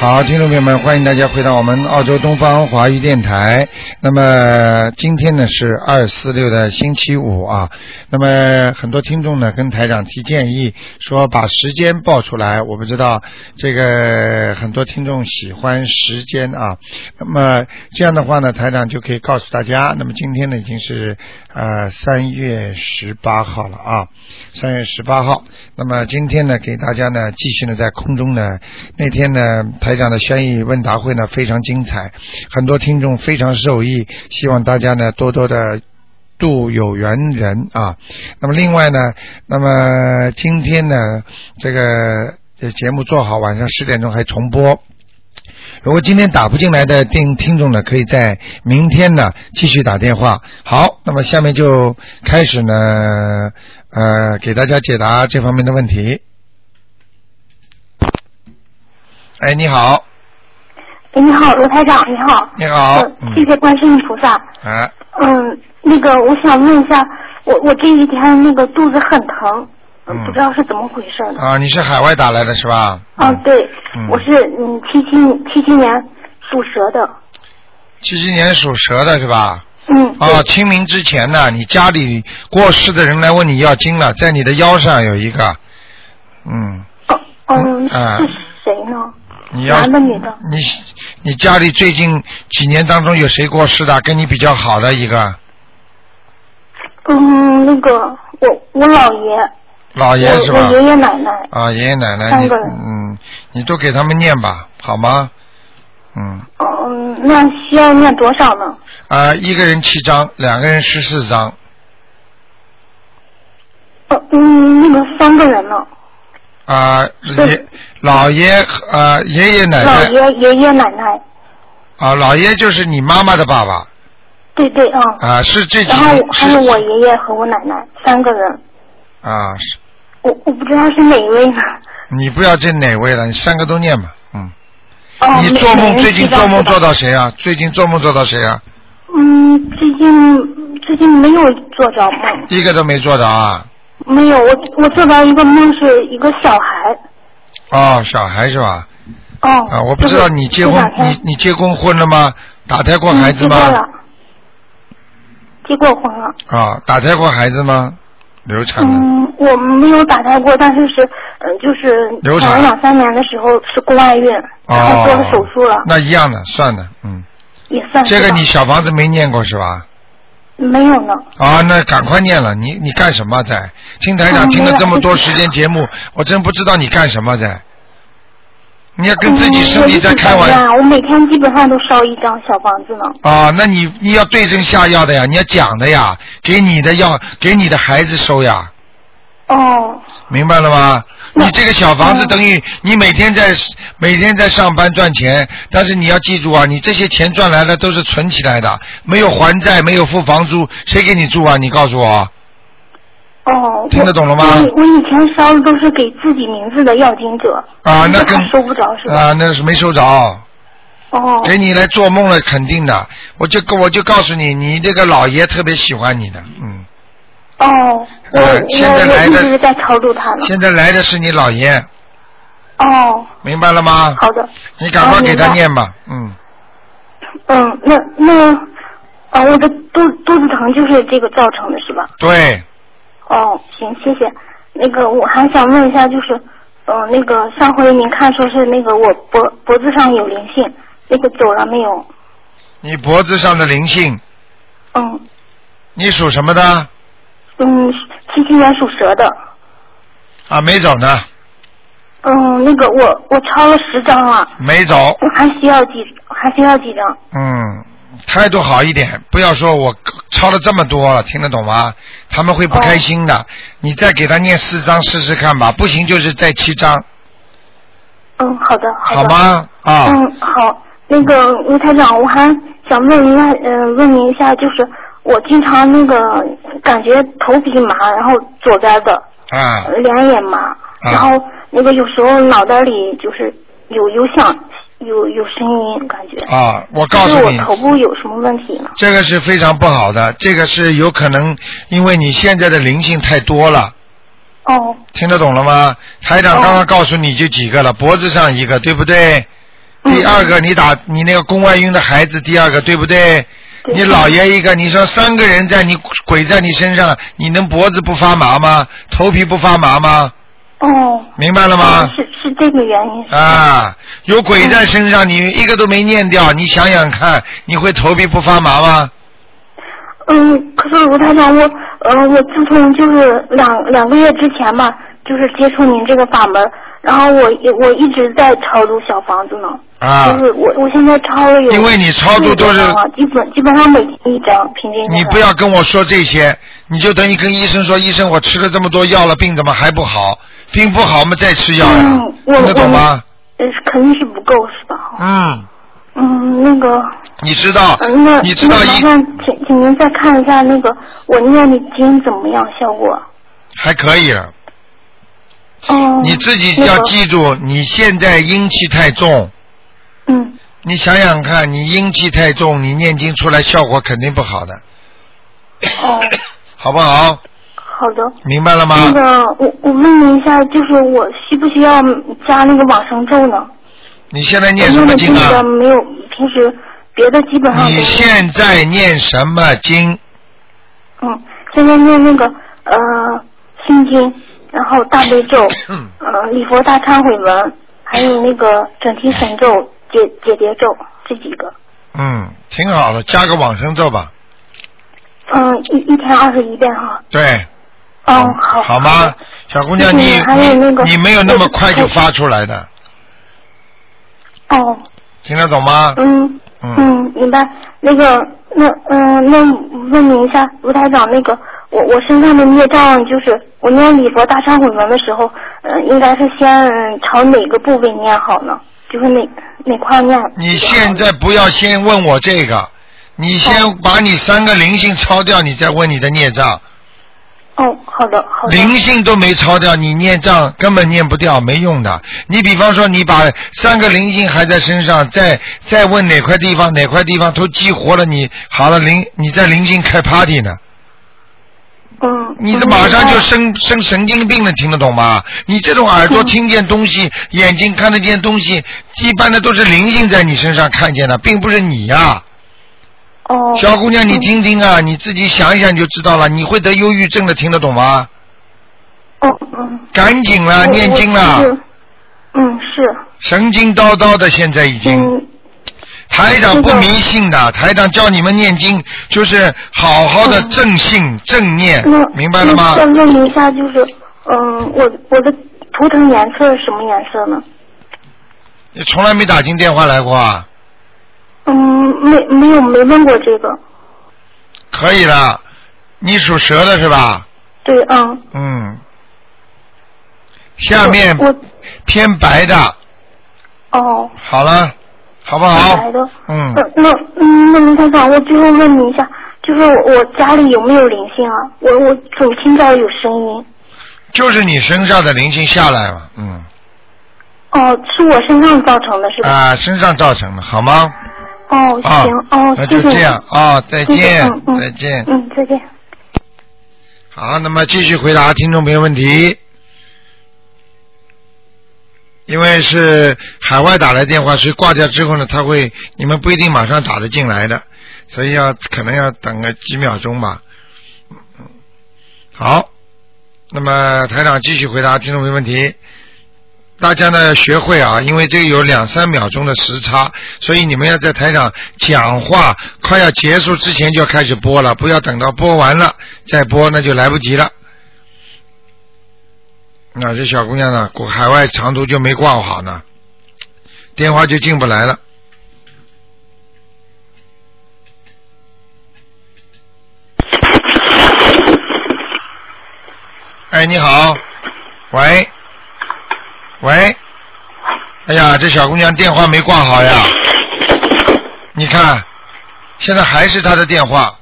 好，听众朋友们，欢迎大家回到我们澳洲东方华语电台。那么今天呢是二四六的星期五啊。那么很多听众呢跟台长提建议说把时间报出来，我不知道这个很多听众喜欢时间啊。那么这样的话呢，台长就可以告诉大家，那么今天呢已经是呃三月十八号了啊，三月十八号。那么今天呢给大家呢继续呢在空中呢那天呢，台长的轩逸问答会呢非常精彩，很多听众非常受益，希望大家呢多多的度有缘人啊。那么另外呢，那么今天呢，这个这节目做好，晚上十点钟还重播。如果今天打不进来的听听众呢，可以在明天呢继续打电话。好，那么下面就开始呢，呃，给大家解答这方面的问题。哎，你好，哎，你好，罗台长，你好。你好呃嗯谢谢观世音菩萨。哎，嗯，那个，我想问一下，我我这几天那个肚子很疼，嗯不知道是怎么回事呢。啊，你是海外打来的是吧？啊，对，嗯我是嗯七七七七年属蛇的。七七年属蛇的是吧？嗯。啊，清明之前呢，你家里过世的人来问你要经了，在你的腰上有一个，嗯，对。哦嗯嗯，啊是谁呢？你要男的女的？你你家里最近几年当中有谁过世的？跟你比较好的一个嗯，那个我我姥爷，老爷是我吧我？爷爷奶奶。啊，爷爷奶奶，三你个人嗯，你都给他们念吧，好吗？嗯，嗯，那需要念多少呢？啊，一个人七张，两个人十四张，呃嗯，那个三个人呢， 啊，爷对老爷和啊爷爷奶姥奶爷、爷爷奶奶，啊，老爷就是你妈妈的爸爸对对啊。啊，是这几然后还有我是爷爷和我奶奶三个人，啊，是我我不知道是哪一位呢。你不要这哪位了，你三个都念吧，嗯，哦，你每做每梦人最近七张做梦做是吧到谁啊？最近做梦做到谁啊？嗯，最近最近没有做着梦，一个都没做到啊！没有我我做着一个梦是一个小孩，哦，小孩是吧？哦啊，我不知道就是你结这婚两，天你你结过婚了吗？打胎过孩子吗？嗯结过了，结过婚了。啊，打胎过孩子吗？流产了。嗯，我没有打胎过，但是是，嗯，就是流产前两三年的时候是宫外孕，然后做了手术了哦，，那一样的，算的，嗯，也算是这吧。个你小房子没念过是吧？没有呢。啊，那赶快念了，你你干什么在？听台长嗯听了没有这么多一直时间节目，我真不知道你干什么在。你要跟自己嗯身我体一在直开想玩念啊我每天基本上都烧一张小房子呢。啊，那你你要对症下药的呀，你要讲的呀，给你的药给你的孩子收呀。哦，明白了吗？那你这个小房子嗯等于你每天在每天在上班赚钱，但是你要记住啊，你这些钱赚来的都是存起来的，没有还债，没有付房租，谁给你住啊？你告诉我，哦，听得懂了吗我我我以前烧的都是给自己名字的要经者啊那这跟还收不着是吧？啊，那是没收着，哦，给你来做梦了，肯定的。我就我就告诉你，你这个老爷特别喜欢你的，嗯，哦，我啊我现在我来一的直在超度他呢。现在来的是你老爷，哦，明白了吗？好的，你赶快哦给明他白念吧，嗯，嗯，那那啊，我的肚肚子疼就是这个造成的是吧？对，哦，行，谢谢。那个我还想问一下，就是，呃，那个上回您看说是那个我脖脖子上有灵性，那个走了没有？你脖子上的灵性，嗯你属什么的？嗯，七七年属蛇的。啊，没走呢，嗯，那个我我抄了十张了，没走。我还需要几还需要几张？嗯，态度好一点，不要说我抄了这么多了，听得懂吗？他们会不开心哦的。你再给他念四张试试看吧，不行就是再七张，嗯，好的，好的。吗？啊，嗯，好。那个吴台长，我还想问一下，嗯、问您一下，就是我经常那个感觉头皮麻，然后左边的，啊，脸也麻，然后那个有时候脑袋里就是有有响，有有声音，感觉。啊，我告诉就是你我，头部有什么问题呢？这个是非常不好的，这个是有可能因为你现在的灵性太多了。哦，听得懂了吗？台长哦刚刚告诉你就几个了，脖子上一个，对不对？嗯第二个，你打你那个宫外孕的孩子，第二个对不对？对你姥爷一个，你说三个人在你鬼在你身上，你能脖子不发麻吗？头皮不发麻吗？哦，明白了吗？是是这个原因。啊，有鬼在身上，你一个都没念掉，你想想看，你会头皮不发麻吗？嗯，可是卢台长，我呃，我自从就是两两个月之前嘛，就是接触您这个法门，然后我一我一直在超度小房子呢，啊就，是我我现在超了有，啊因为你超度都是基本基本上每天一张，平均下来你不要跟我说这些，你就等于跟医生说，医生，我吃了这么多药了，病怎么还不好？病不好，我们再吃药呀，嗯我听得懂吗？呃，肯定是不够是吧？嗯，嗯，那个，你知道呃、那，啊你知道那麻一烦请请您再看一下那个我念的经怎么样效果？啊还可以了，哦，你自己那要个记住，你现在阴气太重，嗯，你想想看，你阴气太重，你念经出来效果肯定不好的，哦，好不好？好的。明白了吗？那个，我我问您一下，就是我需不需要加那个往生咒呢？你现在我念什么经平时啊的？没有，平时别的基本上都你现在念什么经？嗯，现在念那个呃心经，然后大悲咒，呃礼佛大忏悔文，还有那个整体神咒、解解结咒这几个。嗯，挺好的，加个往生咒吧。嗯，一一天二十一遍哈。对，嗯，好。好吗？小姑娘，谢谢你还有那个你你没有那么快就我发出来的，哦，听得懂吗？嗯。啊嗯，嗯，明白。那个，那嗯、呃那问您一下，卢台长，那个我我身上的孽障，就是我念礼佛大忏悔文的时候，嗯、应该是先嗯朝哪个部位念好呢？就是哪哪块念？你现在不要先问我这个，你先把你三个灵性抄掉，你再问你的孽障。哦，好的，好的。灵性都没抄掉，你孽障根本念不掉，没用的。你比方说，你把三个灵性还在身上，再再问哪块地方哪块地方都激活了你，好了灵你在灵性开 party 呢，嗯。你这嗯马上明就白生生神经病了，听得懂吗？你这种耳朵嗯听见东西，眼睛看得见东西，一般的都是灵性在你身上看见的，并不是你呀、哦。小姑娘，你嗯。听听啊，你自己想一想你就知道了，你会得忧郁症的，听得懂吗？哦嗯。赶紧我了，念经。我就了是，嗯，是。神经叨叨的，现在已经。嗯。台长不迷信的，台长教你们念经，就是好好嗯的正信、正念那，明白了吗那？再问您一下，就是嗯，我我的图腾颜色是什么颜色呢？你从来没打进电话来过啊？嗯，没没有没问过这个。可以了，你属蛇的是吧？对，嗯。嗯。下面我偏白的，我哦，好了，好不好明白的？嗯，呃那嗯，那卢台长，我最后问你一下，就是我我家里有没有灵性啊？我我总听到有声音。就是你身上的灵性下来了，嗯，哦，是我身上造成的，是吧？啊，身上造成的，好吗？哦，啊行，，哦，那谢就谢你。这样啊，再谢谢，见嗯，嗯，再见。嗯，再见。好，那么继续回答听众朋友问题。因为是海外打来电话，所以挂掉之后呢，他会你们不一定马上打得进来的，所以要可能要等个几秒钟吧。好，那么台长继续回答听众朋友问题。大家呢学会啊，因为这个有两三秒钟的时差，所以你们要在台长讲话快要结束之前就要开始播了，不要等到播完了再播，那就来不及了。那这小姑娘呢，国海外长途就没挂好呢，电话就进不来了。哎，你好，喂，喂，哎呀，这小姑娘电话没挂好呀，你看，现在还是她的电话。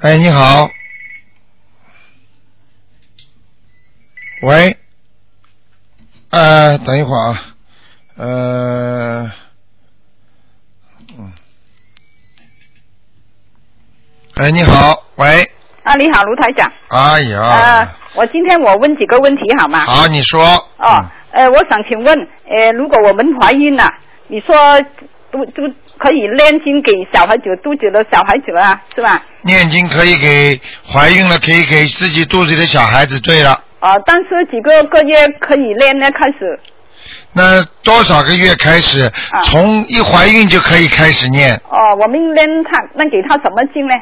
哎，你好。哎喂，呃，等一会儿啊，呃，嗯哎，你好，喂，啊，你好，卢台长。哎呀，呃，我今天我问几个问题好吗？好，嗯你说，哦，呃，我想请问，呃，如果我们怀孕了，你说都都可以炼金给小孩子肚子的小孩子啊，是吧？念经可以给怀孕了，可以给自己肚子里的小孩子。对了，哦，但是几个个月可以炼呢？开始那多少个月开始？从一怀孕就可以开始念，哦，我们炼他，那给他什么经呢？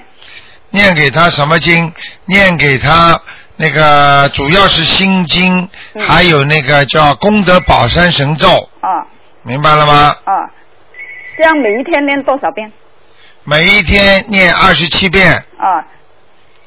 念给他什么经？念给他那个主要是心经，还有那个叫功德宝山神咒，哦明白了吗？哦，这样每一天炼多少遍？每一天念二十七遍，哦，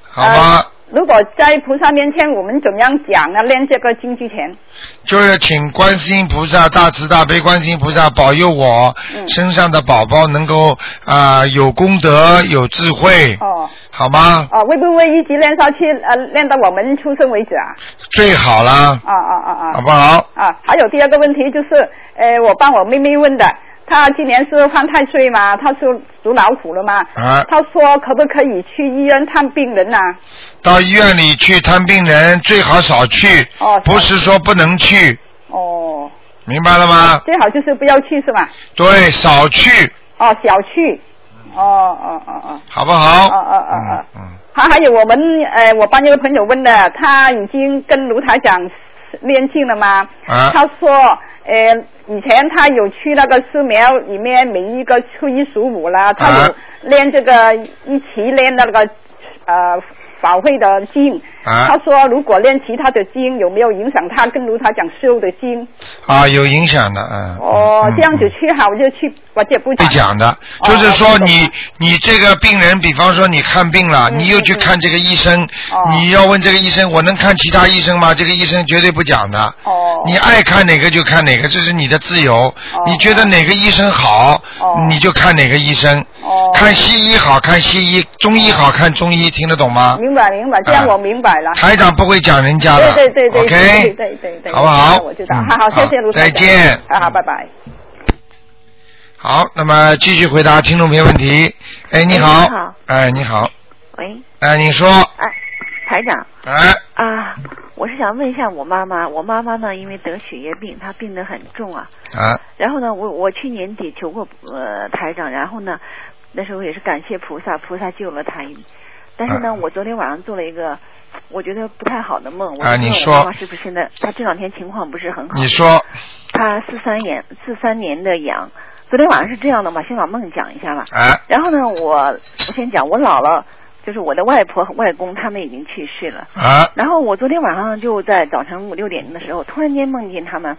好吗？呃如果在菩萨面前，我们怎么样讲呢？练这个经之前，就是请观世音菩萨大慈大悲观世音菩萨保佑我、嗯身上的宝宝能够啊、有功德有智慧，哦好吗？哦，会不会一直练下去？呃，练到我们出生为止啊？最好啦，啊啊啊啊！好不好？啊，还有第二个问题就是，呃，我帮我妹妹问的，她今年是犯太岁嘛，她是属老虎了嘛，啊她说可不可以去医院看病人啊呐、到医院里去探病人最好少去，哦不是说不能去，哦，明白了吗？最好就是不要去是吧？对，少去，哦，小去，哦哦哦哦。好不哦好？哦哦嗯哦，还、还有我们呃，我帮一个朋友问的，他已经跟卢台长练静了吗？啊他说呃，以前他有去那个寺庙里面，每一个初一十五啦，他啊有练这个、呃一起练那个呃法会的经。啊他说如果练其他的经，有没有影响他跟卢台长修的经？啊，有影响的，嗯。哦，嗯这样子去好就去，或者不 会讲的，哦就是说我懂你了嗯你这个病人，比方说你看病了，你又去看这个医生，哦你要问这个医生，我能看其他医生吗？这个医生绝对不讲的。哦。你爱看哪个就看哪个，这是你的自由。你觉得哪个医生好，哦你就看哪个医生。看西医好看西医，中医好看中医，听得懂吗？明白明白，这样我明白了。啊台长不会讲人家的。对对对对 OK。对对对对，好不好我知道，嗯好好，谢谢好卢台再长见啊，好，拜拜。好，那么继续回答听众朋友问题。哎，你好你好。哎，你好。喂，哎，你说。台长哎，啊，我是想问一下我妈妈，我妈妈呢，因为得血液病，她病得很重啊。啊，然后呢，我我去年底求过呃台长，然后呢，那时候也是感谢菩萨，菩萨救了她一。但啊是呢，我昨天晚上做了一个我觉得不太好的梦，我啊就你问说我妈妈是不是现在她这两天情况不是很好？你说她四三年四三年的羊，昨天晚上是这样的嘛？先把梦讲一下吧。啊然后呢，我我先讲，我姥姥就是我的外婆和外公他们已经去世了。啊然后我昨天晚上就在早晨五六点钟的时候，突然间梦见他们，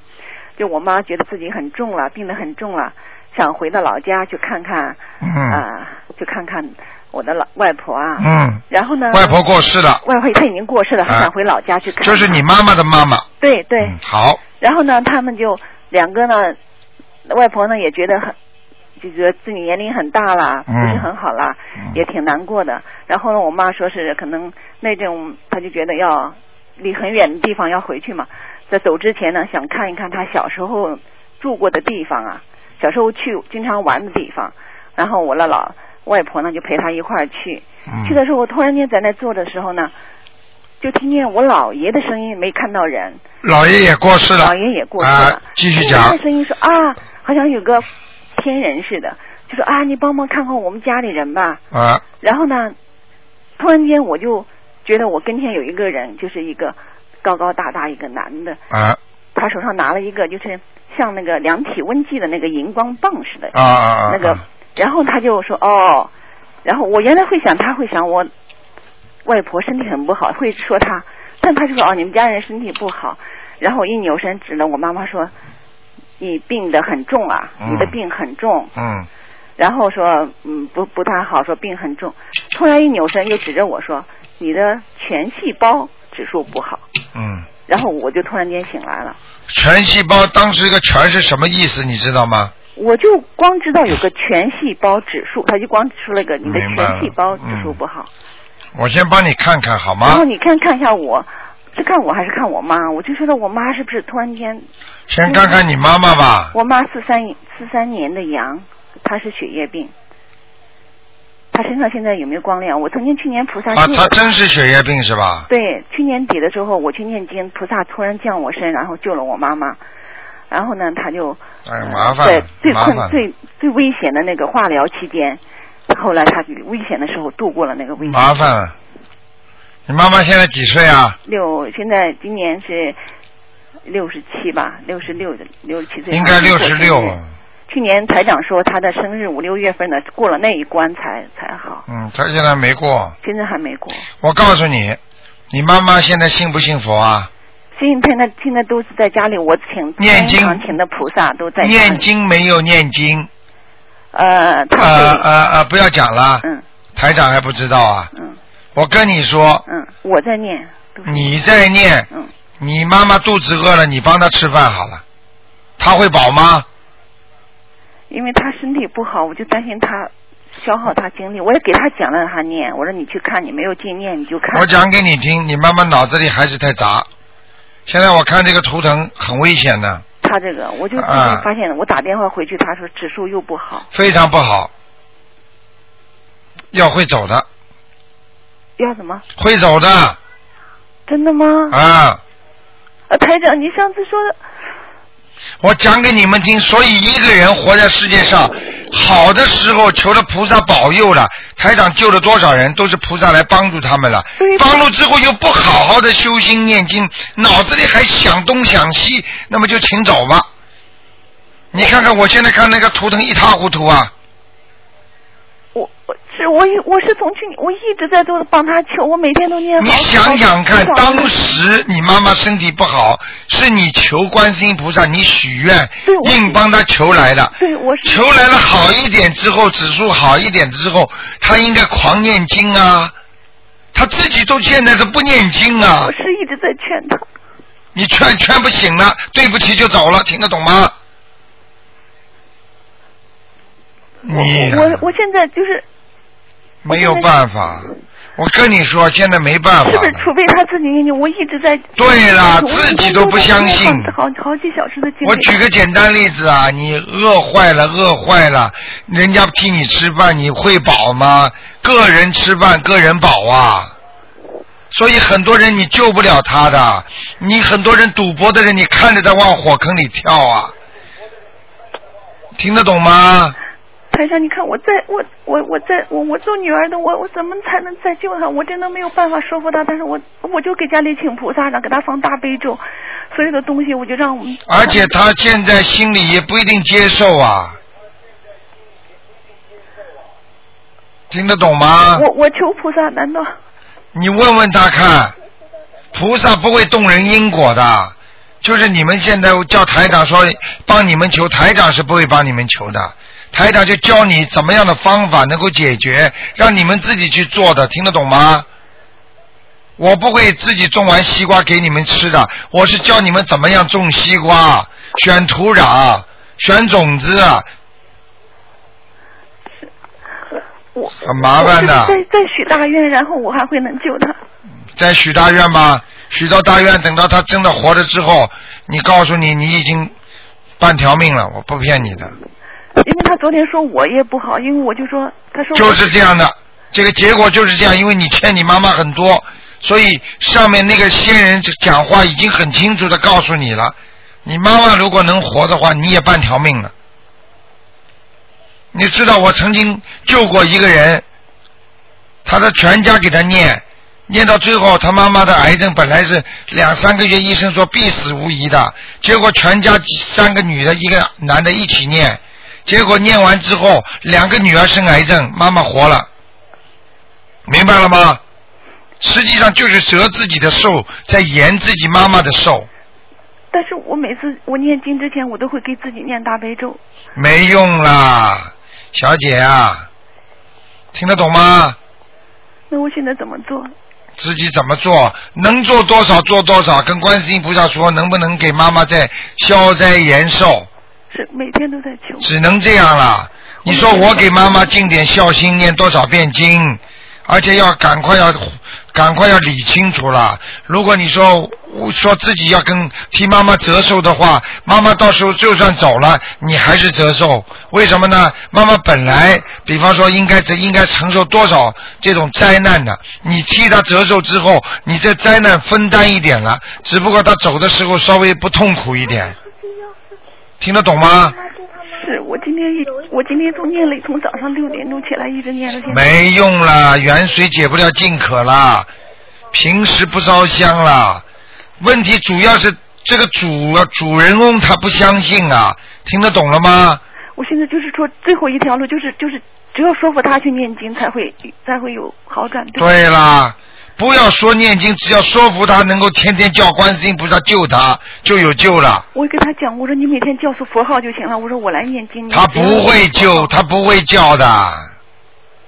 就我妈觉得自己很重了，病得很重了，想回到老家去看看，啊、嗯去看看我的老外婆啊。嗯，然后呢？外婆过世了，外婆她已经过世了，她啊想回老家去看看。就是你妈妈的妈妈。对对。嗯，好，然后呢，他们就两个呢，外婆呢也觉得很，就觉得自己年龄很大了，不嗯是很好了，也挺难过的。然后呢，我妈说是可能那种，她就觉得要离很远的地方要回去嘛，在走之前呢，想看一看她小时候住过的地方啊，小时候去经常玩的地方。然后我的老外婆呢就陪她一块儿去，嗯去的时候我突然间在那坐的时候呢，就听见我姥爷的声音，没看到人。老爷也过世了老爷也过世了。啊，继续听他讲的，声音说啊，好像有个天人似的，就说啊，你帮忙看看我们家里人吧。啊然后呢，突然间我就觉得我跟前有一个人，就是一个高高大大一个男的，嗯啊他手上拿了一个就是像那个量体温计的那个荧光棒似的啊，啊那个啊，然后他就说哦，然后我原来会想他会想我外婆身体很不好，会说他，但他就说哦你们家人身体不好，然后我一扭身指了我妈妈说你病得很重啊，嗯你的病很重，嗯然后说嗯不不太好，说病很重，突然一扭身又指着我说你的全细胞指数不好，嗯，然后我就突然间醒来了，全细胞当时这个全是什么意思，你知道吗？我就光知道有个全细胞指数，他就光指出了一个你的明白了嗯全细胞指数不好。我先帮你看看好然后吗？你看看一下我，是看我还是看我妈？我就觉得我妈是不是突然间，先看看你妈妈吧，我妈四三四三年的羊，她是血液病，他身上现在有没有光亮？我曾经去年菩萨啊，借他真是血液病是吧？对，去年底的时候我去念经，菩萨突然降我身，然后救了我妈妈。然后呢，他就哎，呃麻烦在了，最麻困烦了，最最危险的那个化疗期间，后来他危险的时候度过了那个危险。麻烦了。你妈妈现在几岁啊？六，现在今年是六十七吧，六十六的六十七岁。应该六十六了。了。去年台长说他的生日五六月份呢，过了那一关才才好，嗯，她现在没过。现在还没过。我告诉你，你妈妈现在信不信佛啊？现在呢，现在都是在家里，我请念经天堂请的菩萨都在家里念。经没有念经？呃，他呃会、呃呃，不要讲了，嗯台长还不知道啊。嗯我跟你说，嗯，我在念。都是你在念，嗯，你妈妈肚子饿了，你帮她吃饭好了，她会饱吗？因为他身体不好，我就担心他消耗他精力。我也给他讲了，让他念。我说你去看，你没有经念你就看。我讲给你听，你妈妈脑子里还是太杂。现在我看这个图腾很危险的，他这个，我就最啊近发现了，我打电话回去，他说指数又不好，非常不好，要会走的，要什么？会走的真的吗？啊！呃，台长，你上次说的，我讲给你们听，所以一个人活在世界上，好的时候求了菩萨保佑了，台长救了多少人，都是菩萨来帮助他们了。帮助之后又不好好的修心念经，脑子里还想东想西，那么就请走吧。你看看我现在看那个图腾一塌糊涂啊！我我是我一我是从去年我一直在做帮他求，我每天都念好。你想想看，好当时你妈妈身体不好，是你求观世音菩萨，你许愿对我硬帮她求来的。对我是求来了好一点之后，指数好一点之后，她应该狂念经啊。她自己都现在都不念经啊我，是一直在劝他，你劝劝不醒了，对不起就走了，听得懂吗？你呀我我我现在就是没有办法，我跟你说，现在没办法是不是，了。除非他自己念经，我一直在啊对了我自己我都我不相信我好好好几小时的经历。 我举个简单例子啊，你饿坏了，饿坏了，人家替你吃饭，你会饱吗？个人吃饭，个人饱啊。所以很多人你救不了他的，你很多人赌博的人，你看着他往火坑里跳啊，听得懂吗？台上，你看我在我我我在我我做女儿的，我我怎么才能再救他？我真的没有办法说服他，但是我我就给家里请菩萨，然后给他放大悲咒，所有的东西我就让我们。而且他现在心里也不一定接受啊，听得懂吗？我我求菩萨，难道你问问他看，菩萨不会动人因果的，就是你们现在叫台长说帮你们求，台长是不会帮你们求的，台长就教你怎么样的方法能够解决，让你们自己去做的，听得懂吗？我不会自己种完西瓜给你们吃的，我是教你们怎么样种西瓜，选土壤，选种子，我很麻烦的。我就是在在许大愿，然后我还会能救他。在许大愿吧，许到大愿，等到他真的活着之后，你告诉你，你已经半条命了，我不骗你的，因为他昨天说我也不好，因为我就说他说我就是这样的，这个结果就是这样，因为你欠你妈妈很多，所以上面那个仙人讲话已经很清楚的告诉你了，你妈妈如果能活的话，你也半条命了。你知道我曾经救过一个人，他的全家给他念，念到最后，他妈妈的癌症本来是两三个月，医生说必死无疑的，结果全家几三个女的一个男的一起念，结果念完之后，两个女儿生癌症，妈妈活了，明白了吗？实际上就是折自己的寿，在延自己妈妈的寿，但是我每次我念经之前，我都会给自己念大悲咒。没用啦，小姐啊，听得懂吗？那我现在怎么做？自己怎么做，能做多少做多少，跟观世音菩萨说，能不能给妈妈再消灾延寿，是每天都在求。只能这样了。你说我给妈妈尽点孝心，念多少遍经，而且要赶快要赶快要理清楚了。如果你说说自己要跟替妈妈折寿的话，妈妈到时候就算走了，你还是折寿。为什么呢？妈妈本来，比方说应该应该承受多少这种灾难的，你替她折寿之后，你这灾难分担一点了，只不过她走的时候稍微不痛苦一点，听得懂吗？是我今天一我今天都念了，从早上六点钟起来一直念到现在。没用了，远水解不了近渴啦，平时不烧香啦。问题主要是这个主主人翁他不相信啊，听得懂了吗？我现在就是说，最后一条路就是就是，只有说服他去念经，才会才会有好转。对吧对啦，不要说念经，只要说服他能够天天叫观世音菩萨救他，就有救了。我跟他讲，我说你每天叫出佛号就行了，我说我来念嗯经。你他不会救，他不会叫的。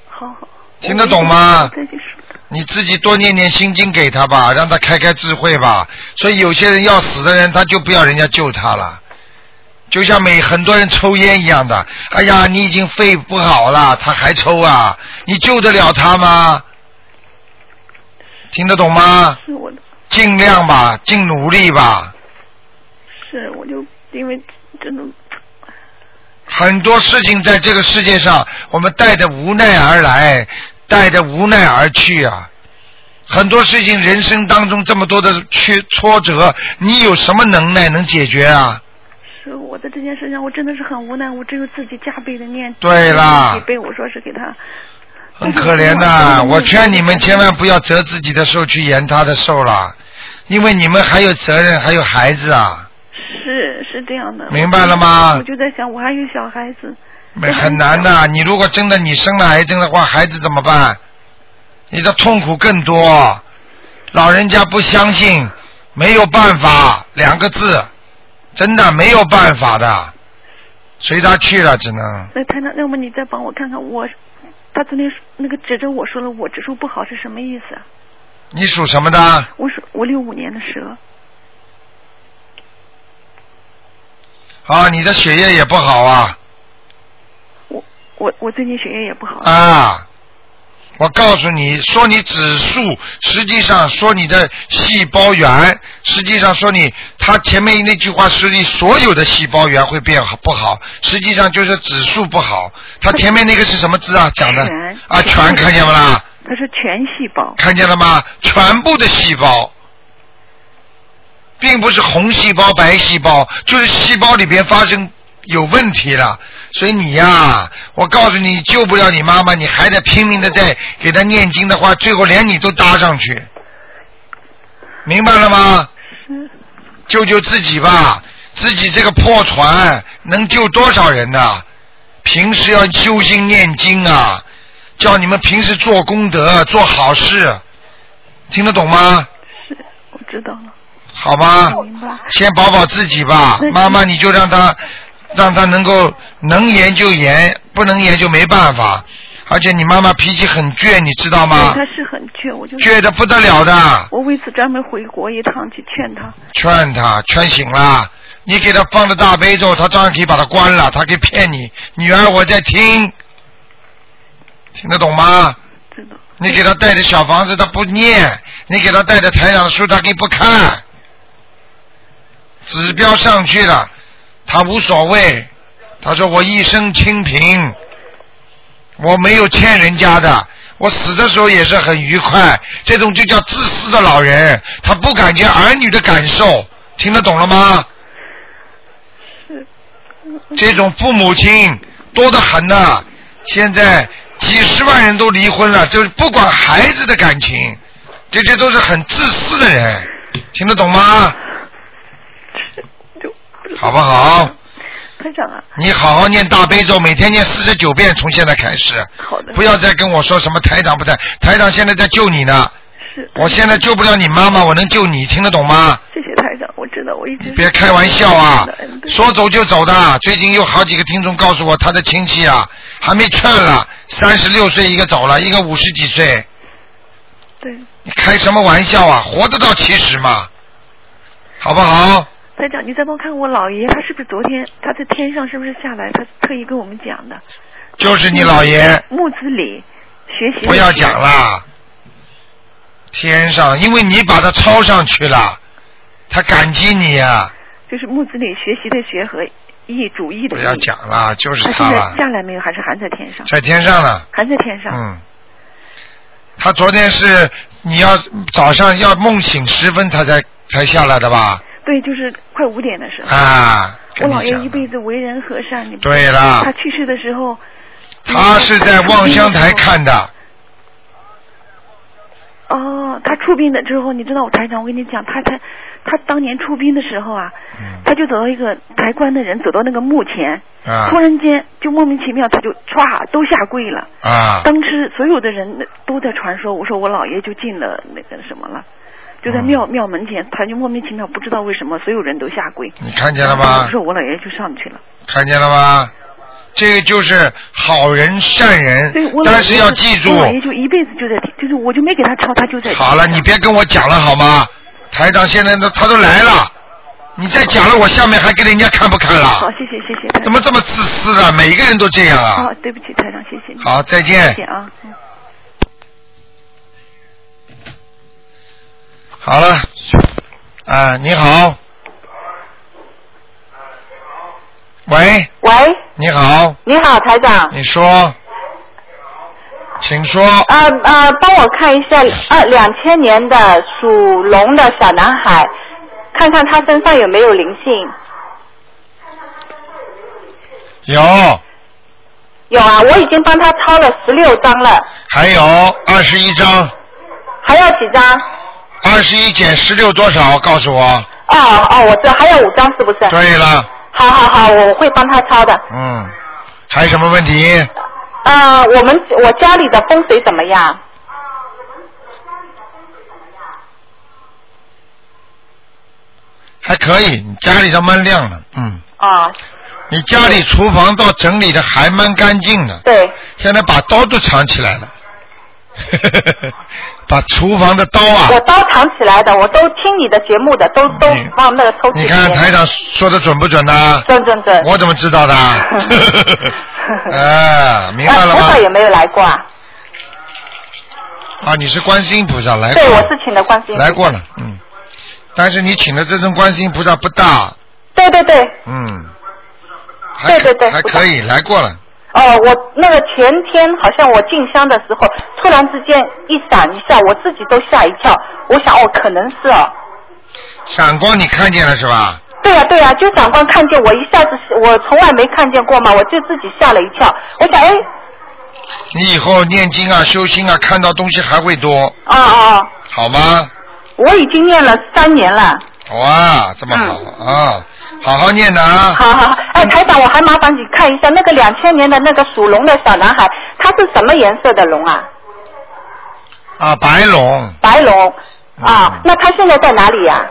好好。听得懂吗这就是你自己多念念心经给他吧，让他开开智慧吧。所以有些人要死的人，他就不要人家救他了。就像每很多人抽烟一样的，哎呀，你已经肺不好了，他还抽啊，你救得了他吗？听得懂吗？是我的，尽量吧，尽努力吧。是我就因为真的很多事情在这个世界上，我们带着无奈而来，带着无奈而去啊。很多事情，人生当中这么多的缺挫折，你有什么能耐能解决啊？是我在这件事上，我真的是很无奈，我只有自己加倍的念。对啦几倍我说是给他。很可怜的、我劝你们千万不要折自己的寿去延他的寿了，因为你们还有责任，还有孩子啊，是是这样的。明白了吗我就在想，我还有小孩子。没很难的。你如果真的你生了癌症的话，孩子怎么办？你的痛苦更多，老人家不相信，没有办法两个字，真的没有办法的，随他去了，只能那台长，要么你再帮我看看我，他昨天说那个指着我说了我指数不好是什么意思啊？你属什么的？我是我六五年的蛇，啊，你的血液也不好啊我我我最近血液也不好。啊！我告诉你说你指数，实际上说你的细胞源，实际上说你他前面那句话是你所有的细胞源会变好不好，实际上就是指数不好。他前面那个是什么字啊？讲的全啊，全看见不啦？它是全细胞。看见了吗？全部的细胞，并不是红细胞、白细胞，就是细胞里边发生有问题了。所以你呀、我告诉你，救不了你妈妈，你还得拼命的在给她念经的话，最后连你都搭上去，明白了吗？是救救自己吧，自己这个破船能救多少人呐、平时要修心念经啊，叫你们平时做功德、做好事，听得懂吗？是，我知道了，好吧，明白。先保保自己吧。妈妈，你就让她，让她能够能研就研，不能研就没办法。而且你妈妈脾气很倔，你知道吗？他是很倔，我就倔的不得了的，我为此专门回国一趟去劝他。劝她劝醒了。你给她放的大悲咒，她照样可以把它关了，她可以骗你。女儿，我在听，听得懂吗？知道你给她带着小房子，她不念；你给她带着台长的书，她可以不看。指标上去了，她无所谓。她说：“我一生清贫，我没有欠人家的，我死的时候也是很愉快。”这种就叫自私的老人，他不感觉儿女的感受，听得懂了吗？是，这种父母亲多得很呐、现在几十万人都离婚了，就是不管孩子的感情，这些都是很自私的人，听得懂吗？就好不好？台长啊，你好好念大悲咒，每天念四十九遍，从现在开始，好的，不要再跟我说什么台长不在，台长现在在救你呢。是，我现在救不了你妈妈，我能救你，听得懂吗？谢谢台长，我知道，我一你直别开玩笑啊嗯！对说走就走的，最近有好几个听众告诉我，他的亲戚啊，还没劝了，三十六岁一个走了，一个五十几岁，对你开什么玩笑啊？活得到七十吗？好不好？台长，你再帮我看我姥爷，他是不是昨天他在天上是不是下来？他特意跟我们讲的。就是你姥爷，木子李学习。不要讲。了。天上，因为你把他抄上去了，他感激你啊呀、就是木子李学习的学和易主义的不易。要讲了，就是他他现在了，下来没有？还是还在天上？在天上了。还在天上。嗯，他昨天是你要早上要梦醒时分，他才才下来的吧？对，就是快五点的时候。啊，我跟姥你爷一讲，辈子为人和善，你不对了他，去世的时候，他是在望乡台看的，哦，他出殡了之后，你知道我台长，我跟你讲，他他他当年出殡的时候啊，嗯他就走到一个抬棺的人走到那个墓前，啊突然间就莫名其妙，他就歘都下跪了。啊，当时所有的人都在传说，我说我姥爷就进了那个什么了，就在嗯庙、庙门前，他就莫名其妙不知道为什么所有人都下跪。你看见了然后吗我？说我姥爷就上去了，看见了吗？这个就是好人善人所以我，但是嗯要记住我，姥爷就一辈子就在，就是我就没给他抄，他就在。好了，你别跟我讲了好吗？台长现在都他都来了，你再讲了，我下面还给人家看不看好，了？谢谢谢谢台长。怎么这么自私啊？每一个人都这样啊好，？对不起台长，谢谢你。好，再谢见谢。啊。嗯好了，啊，你好。喂，喂，你好，你好，台长。你说，请说。呃呃，帮我看一下二两千年的属龙的小男孩，看看他身上有没有灵性。有，有啊，我已经帮他抄了十六张了，还有二十一张，还要几张？二十一减十六多少？告诉我。哦哦，我知道还有五张是不是？对了，好好好，我会帮他抄的。嗯，还有什么问题？呃，我们我家里的风水怎么样？啊还可以，你家里倒蛮亮的，嗯，啊，你家里厨房倒整理的还蛮干净的，对，现在把刀都藏起来了， 把厨房的刀啊，我刀藏起来的，我都听你的节目的，都都你往那个抽屉嗯里你面。看台长说的准不准呐、准准准。 我怎 么知道的啊？啊，明白了吗呃菩萨？有没有来过啊？啊，你是观世音菩萨来过对，我了，是请的观世音。来过了，嗯。但是你请的这尊观世音菩萨不大，对对对，嗯，还可对对对还不大可以，来过了，哦，我那个前天好像我进香的时候，突然之间一闪一下，我自己都吓一跳。我想哦，可能是哦。闪光你看见了是吧？对呀、对呀、就长官看见我一下子，我从来没看见过嘛，我就自己吓了一跳。我想哎，你以后念经啊、修心啊，看到东西还会多，哦哦，哦好吗？我已经念了三年了。哇，这么好、啊，好好念的啊。好好好，哎，台长，我还麻烦你看一下那个两千年的那个属龙的小男孩，他是什么颜色的龙啊？啊，白龙，白龙嗯啊，那他现在在哪里呀、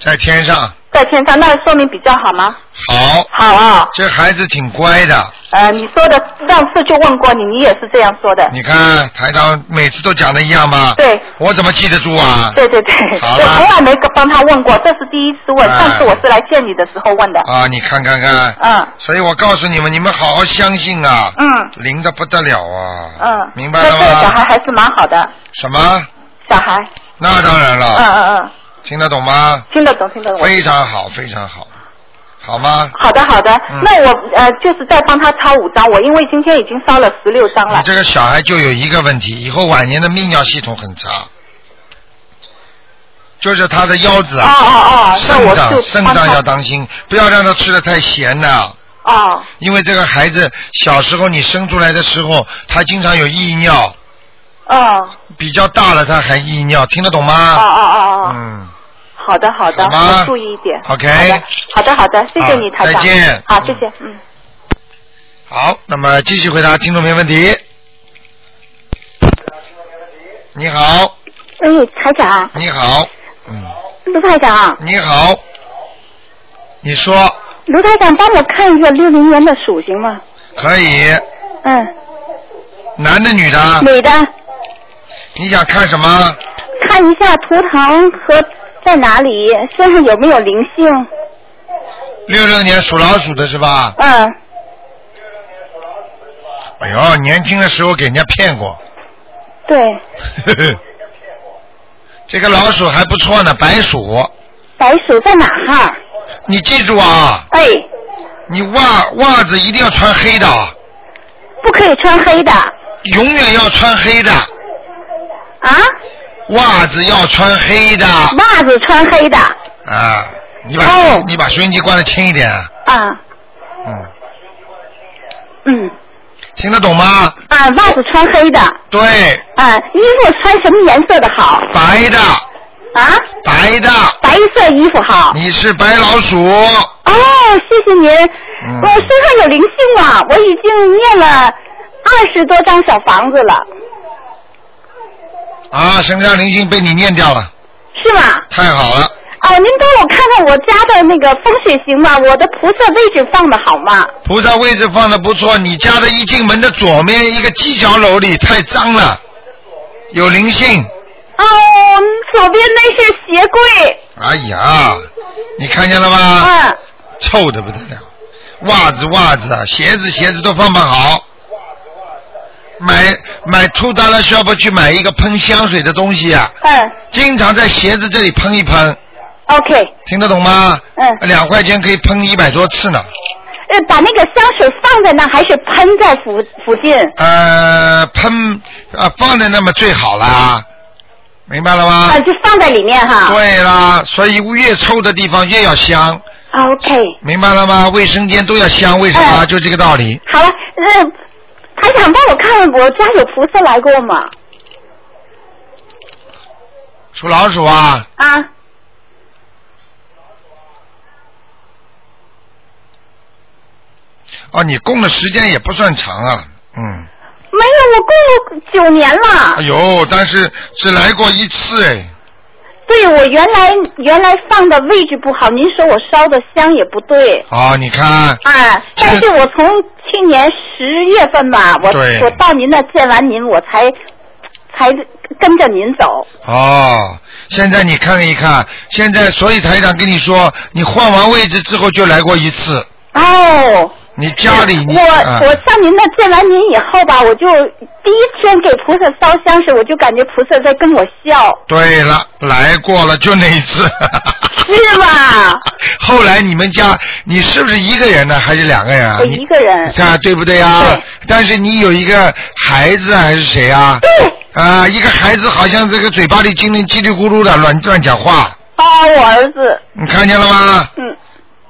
在天上，在天上，那说明比较好吗？好，好啊，这孩子挺乖的。呃，你说的上次就问过你，你也是这样说的。你看台长每次都讲的一样吧？对，我怎么记得住啊？对对对，好我了从来没跟帮他问过，这是第一次问，哎上次我是来见你的时候问的。啊，你看看看，嗯所以我告诉你们，你们好好相信啊，嗯灵的不得了啊，嗯，明白了那这个小孩吗？还是蛮好的，什么？小孩，那当然嗯了，嗯嗯，听得懂吗？听得懂听得懂。啊非常好，非常好，好吗？好的好的，嗯那我呃就是再帮他抄五张，我因为今天已经烧了十六张你了。这个小孩就有一个问题，以后晚年的泌尿系统很差，就是他的腰子哦啊，哦哦，那肾我脏就肾帮脏他要当心，不要让他吃的太咸呐、哦因为这个孩子小时候你生出来的时候，他经常有溢尿，哦比较大了他还溢尿，听得懂哦吗？哦哦哦。嗯，好的，好的，好吗我注意一点。 OK 好的，好的，好的，谢谢你，好台长。再见好，谢谢，嗯。好，那么继续回答听众朋友问题。你好，哎，台长，你好，嗯，卢台长，你好，你说卢台长，帮我看一个六零年的鼠行吗？可以，嗯，男的女的，女的，你想看什么？看一下图腾和在哪里，身上有没有灵性？六六年属老鼠的是吧？嗯，哎呦，年轻的时候给人家骗过，对，呵呵， 这个老鼠还不错呢，白鼠。白鼠在哪哈？你记住啊，哎，你袜袜子一定要穿黑的，不可以穿黑的永远要穿黑的，啊？袜子要穿黑的袜子穿黑的啊！你把、哦你把收音机关的轻一点，啊？嗯，嗯听得懂吗？啊，袜子穿黑的对，啊，衣服穿什么颜色的好白的啊？白的，白色衣服好。你是白老鼠，哦，谢谢您，嗯我身上有灵性啊，我已经念了二十多张小房子了，啊，身上灵性被你念掉了，是吗？太好了，啊，您帮我看看我家的那个风水行吗？我的菩萨位置放的好吗？菩萨位置放的不错，你家的一进门的左面一个犄角楼里太脏了，有灵性。哦，左边那是鞋柜，哎呀，你看见了吧？嗯，臭的不得了，袜子袜子啊，鞋子鞋子都放放好。买买 Two Dollar Shop 去买一个喷香水的东西啊，嗯经常在鞋子这里喷一喷， ，OK，听得懂吗？嗯两块钱可以喷一百多次呢。呃，把那个香水放在那还是喷在附附近？呃，喷啊放在那么最好啦，明白了吗啊，？就放在里面哈。对啦，所以越臭的地方越要香，啊，OK，明白了吗？卫生间都要香，为什么？哎就这个道理。好了，那、呃、还想帮我看看我家有菩萨来过吗？属老鼠啊，啊，哦，你供的时间也不算长啊，嗯，没有，我供了九年了。哎呦，但是只来过一次哎，对，我原来原来放的位置不好，您说我烧的香也不对。好，哦你看，啊，但是是我从去年十月份吧，我嗯对我到您那见完您，我才才跟着您走。哦，现在你看一看，现在所以台长跟你说，你换完位置之后就来过一次，哦，你家里你我、啊我上您那见完您以后吧，我就第一天给菩萨烧香时，我就感觉菩萨在跟我笑，对了，来过了就那一次。是吧？ 后来你们家，你是不是一个人呢，还是两个人啊？我你一个人。啊，对不对啊？对但是你有一个孩子啊还是谁啊？对，啊，一个孩子好像这个嘴巴里精灵叽里咕噜的乱乱讲话，哦，我儿子，你看见了吗？嗯，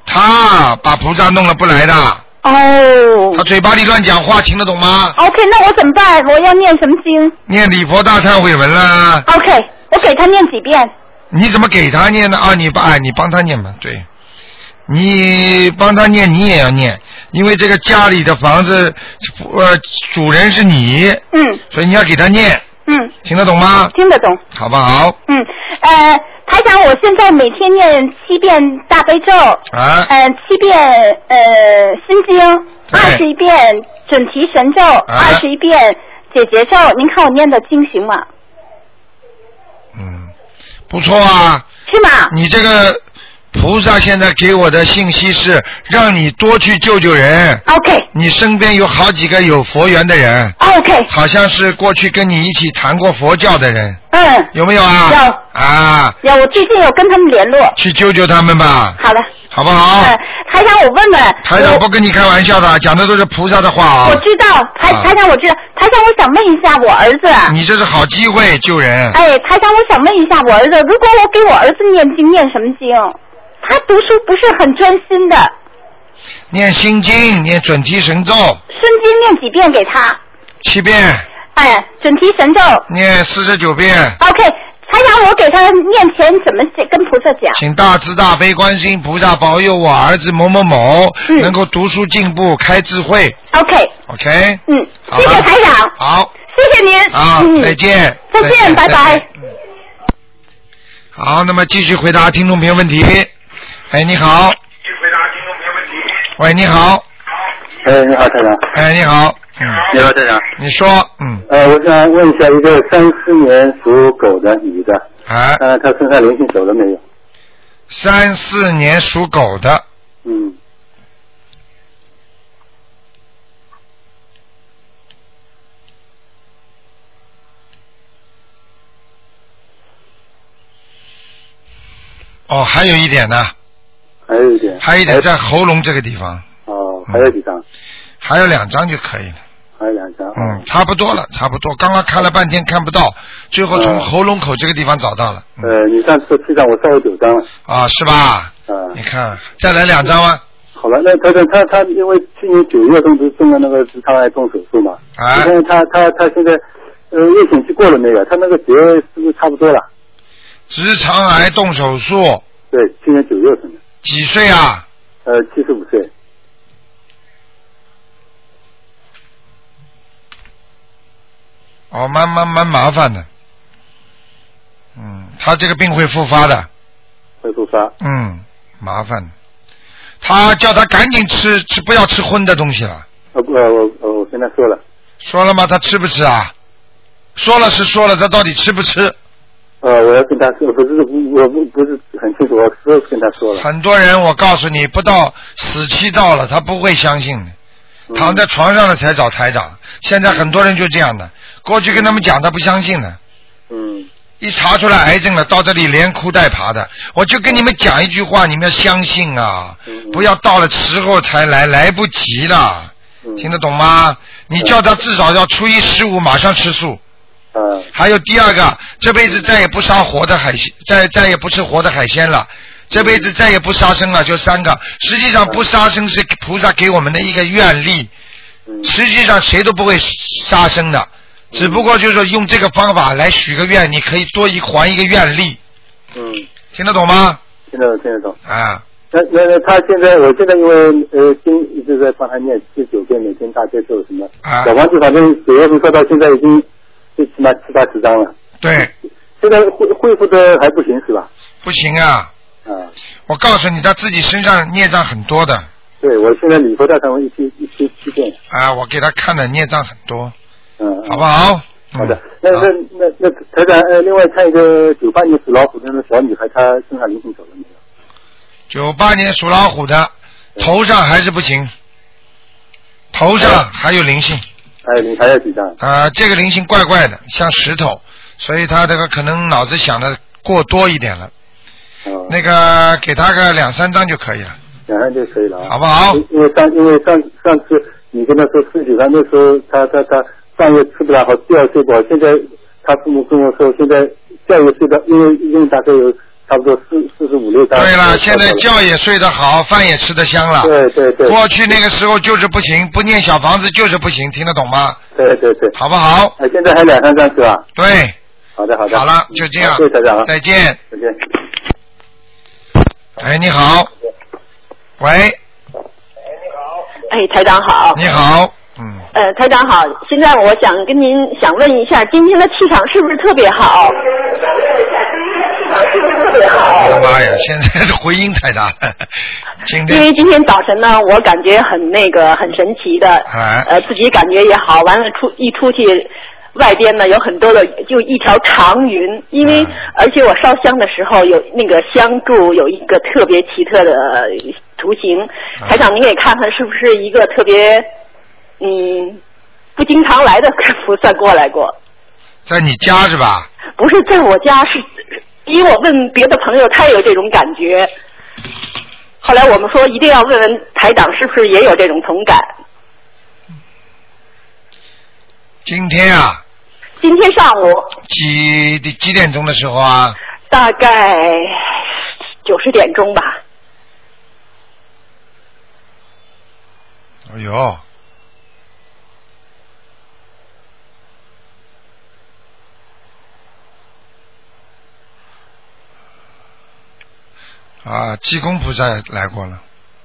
他把菩萨弄了不来的，哦他嘴巴里乱讲话，听得懂吗？ ，OK，那我怎么办？我要念什么经念礼佛大忏悔文啦， ？OK，我给他念几遍？你怎么给他念呢？啊，你帮哎，你帮他念吧，对，你帮他念，你也要念，因为这个家里的房子，呃，主人是你，嗯所以你要给他念，嗯，听得懂吗？听得懂。好不好？嗯，呃，台长，我现在每天念七遍大悲咒，啊，呃，七遍呃心经，对啊二十一遍准提神咒，二十一遍解结咒。您看我念的经行吗？嗯，不错啊，是吗？你这个菩萨现在给我的信息是让你多去救救人， OK 你身边有好几个有佛缘的人， OK，好像是过去跟你一起谈过佛教的人，嗯，有没有啊？有啊，有，我最近有跟他们联络。去救救他们吧，好的，好不好？呃，台长，我问问，台长我不跟你开玩笑的，讲的都是菩萨的话啊我。知道，台啊嗯台长我知道，台长我想问一下我儿子，你这是好机会救人，哎，台长我想问一下我儿子，如果我给我儿子念经念什么经？他读书不是很专心的，念心经，念准提神咒瞬间念几遍给他，七遍，哎，准提神咒念四十九遍。 ，OK，台长我给他念前怎么跟菩萨讲？请大慈大悲观世音菩萨保佑我儿子某某某、嗯能够读书进步、开智慧。 ，OK， OK，嗯，好谢谢吧台长，好，谢谢您，啊，嗯，再见，再见拜拜嗯好，那么继续回答听众朋友问题。哎，你好。喂，你好，哎，你好，台长。哎，你好，嗯，你好，台长。你说，嗯，呃，我想问一下，一个三四年属狗的女的，哎，看看她身上灵性走了没有？三四年属狗的，嗯，哦，还有一点呢，还有一点，还有一点在喉咙这个地方，嗯哦，哎还有几张，还有两张就可以了。还有两张，嗯，差不多了，差不多。刚刚看了半天看不到，最后嗯从喉咙口这个地方找到了。呃，你上次批上我烧了九张了，啊，嗯是吧？啊，你看，再来两张啊吗？好了，那他他他他，因为去年九月份不是动了那个直肠癌动手术嘛，啊你，看他他他现在，呃，月经期过了没有？他那个结是不是差不多了？直肠癌动手术，对，去年九月份的，几岁啊？呃，七十五岁，哦，蛮蛮蛮麻烦的。嗯，他这个病会复发的，嗯会复发。嗯，麻烦。他叫他赶紧吃吃，不要吃荤的东西了。呃不，呃我呃我跟他说了，说了吗？他吃不吃啊？说了是说了，他到底吃不吃？呃，我要跟他说，不是不我不不是很清楚，我说跟他说了。很多人，我告诉你，不到死期到了，他不会相信的，躺在床上了才找台长。现在很多人就这样的，过去跟他们讲，他不相信的。嗯，一查出来癌症了，到这里连哭带爬的。我就跟你们讲一句话，你们要相信啊，嗯不要到了时候才来，来不及了。嗯听得懂吗？你叫他至少要初一十五马上吃素。嗯。还有第二个，这辈子再也不杀活的海鲜，再再也不吃活的海鲜了。这辈子再也不杀生了，就三个。实际上不杀生是菩萨给我们的一个愿力，嗯实际上谁都不会杀生的，只不过就是说用这个方法来许个愿，你可以多一还一个愿力，嗯，听得懂吗？听得懂听得懂。啊，那那那他现在，我现在因为呃，经一直在帮他念七九遍每天大悲咒什么，啊小房子反正九月份烧到现在已经最起码七八十张了，对，现在恢恢复的还不行是吧？不行啊！啊，我告诉你，他自己身上孽障很多的对，我现在礼佛大忏悔一天一天七遍，啊，我给他看的孽障很多，嗯，好不好？好的，那啊那那那台长，呃，另外看一个九八年属老虎的那个小女孩，她身上灵性走了没有？九八年属老虎的，嗯头上还是不行，头嗯上还有灵性还有灵哎还有几张？啊、这个灵性怪怪的，像石头，所以他这个可能脑子想的过多一点了。哦那个给他个两三张就可以了，两张就可以了啊，好不好？因因为上因为上上次你跟他说四九张那时候，他他他上月吃不大好，第二睡不好，现在他父母跟我说，现在下月睡的，因为因为大概有差不多四四十五六张。对了，现在教觉也睡得好，饭也吃得香了。对对对，过去那个时候就是不行，不念小房子就是不行，听得懂吗？对对对，好不好？呃现在还两三张是吧？对，好的好的，好了，就这样好谢谢台长啊，，再见。再见。哎，你好，喂，哎，台长好，你好，嗯呃，台长好，现在我想跟您想问一下，今天的气场是不是特别好？我的哎妈呀，现在 的回音太大了，今因天为今天早晨呢，我感觉很那个很神奇的，哎呃，自己感觉也好，完了出一出去。外边呢有很多的，就一条长云，因为、哎而且我烧香的时候有那个香柱有一个特别奇特的呃图形，哎台长您给看看是不是一个特别嗯不经常来的菩萨过来过？在你家是吧？不是在我家，是因为我问别的朋友，他也有这种感觉。后来我们说一定要问问台长是不是也有这种同感。今天啊，今天上午几几点钟的时候啊？大概九十点钟吧，哎呦，啊，济公菩萨来过了，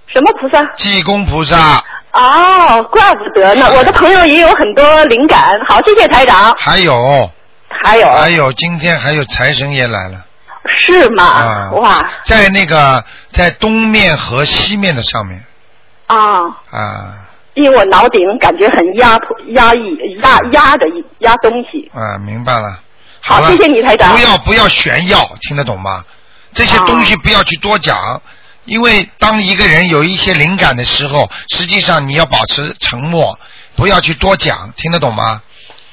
什么菩萨？济公菩萨哦，怪不得呢，我的朋友也有很多灵感。好，谢谢台长。还有还有还有，今天还有财神爷来了是吗？啊！哇在那个在东面和西面的上面啊、啊因为我脑顶感觉很压迫、压抑、压压的一压东西。啊，明白了。好了谢谢你台长不要不要炫耀，听得懂吗？这些东啊西不要去多讲，因为当一个人有一些灵感的时候，实际上你要保持沉默，不要去多讲，听得懂吗？